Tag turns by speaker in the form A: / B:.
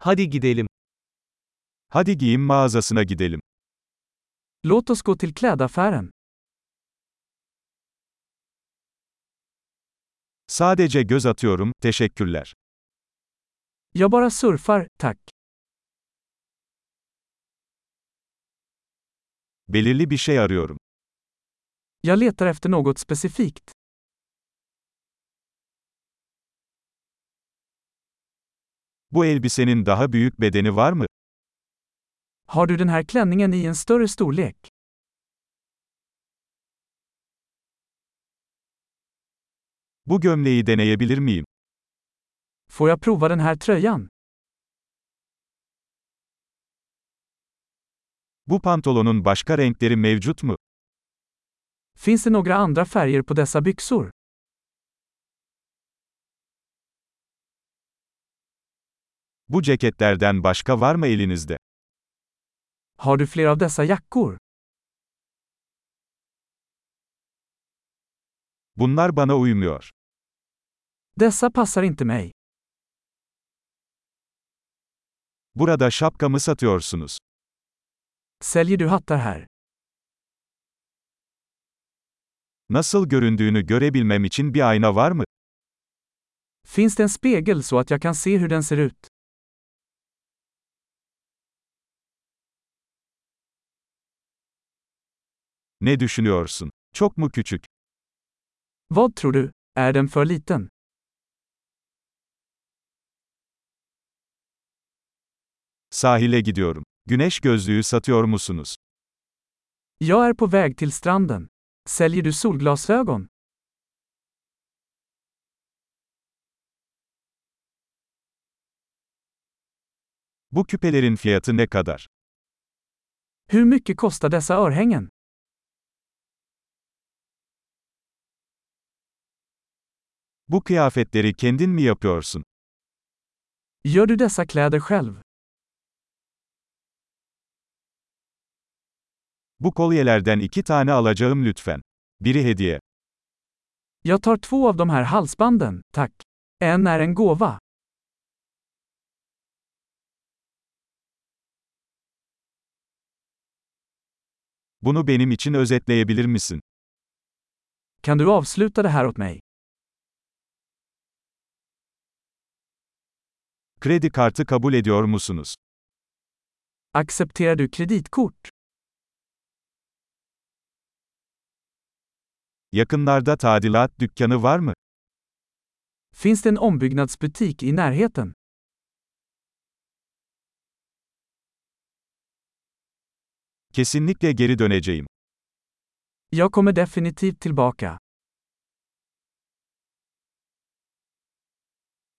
A: Hadi gidelim.
B: Hadi giyim mağazasına gidelim.
A: Låt oss gå till klädaffären.
B: Sadece göz atıyorum, teşekkürler.
A: Jag bara surfar, tack.
B: Belirli bir şey arıyorum.
A: Jag letar efter något specifikt.
B: Bu elbisenin daha büyük bedeni var mı?
A: Har du den här klänningen i en större storlek?
B: Bu gömleği deneyebilir miyim?
A: Får jag prova den här tröjan?
B: Bu pantolonun başka renkleri mevcut mu?
A: Finns det några andra färger på dessa byxor?
B: Bu ceketlerden başka var mı elinizde?
A: Har du fler av dessa jackor?
B: Bunlar bana uymuyor.
A: Dessa passar inte mig.
B: Burada şapkamı satıyorsunuz.
A: Säljer du hattar här?
B: Nasıl göründüğünü görebilmem için bir ayna var mı?
A: Finns det en spegel så att jag kan se hur den ser ut?
B: Ne düşünüyorsun? Çok mu küçük?
A: Vad tror du? Är den för liten?
B: Sahile gidiyorum. Güneş gözlüğü satıyor musunuz?
A: Jag är på väg till stranden. Säljer du solglasögon?
B: Bu küpelerin fiyatı ne kadar?
A: Hur mycket kostar dessa örhängen?
B: Bu kıyafetleri kendin mi yapıyorsun?
A: Gör du dessa kläder själv?
B: Bu kolyelerden iki tane alacağım lütfen. Biri hediye.
A: Jag tar två av de här halsbanden, tack. En är en gåva.
B: Bunu benim için özetleyebilir misin?
A: Kan du avsluta det här åt mig?
B: Kredi kartı kabul ediyor musunuz?
A: Accepterar du kreditkort?
B: Yakınlarda tadilat dükkanı var mı?
A: Finns det en ombyggnadsbutik i närheten?
B: Kesinlikle geri döneceğim.
A: Jag kommer definitivt tillbaka.